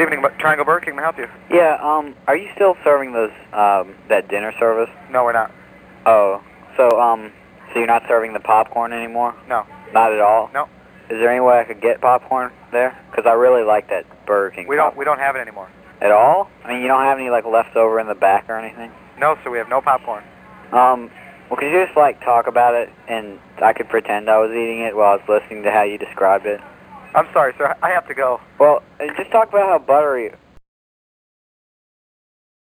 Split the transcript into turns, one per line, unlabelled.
evening, Bu- Triangle Burger King. May I help you?
Yeah, um, are you still serving those, um, that dinner service?
No, we're not.
Oh, so, um, so you're not serving the popcorn anymore?
No.
Not at all?
No.
Is there any way I could get popcorn there? Because I really like that Burger King
We don't. We don't have it anymore.
don't. At all? I mean, you don't have any, like, leftover in the back or anything?
No, sir. We have no popcorn.
Um, well, could you just, like, talk about it, and I could pretend I was eating it while I was listening to how you described it?
I'm sorry, sir. I have to go.
Well, uh, just talk about how buttery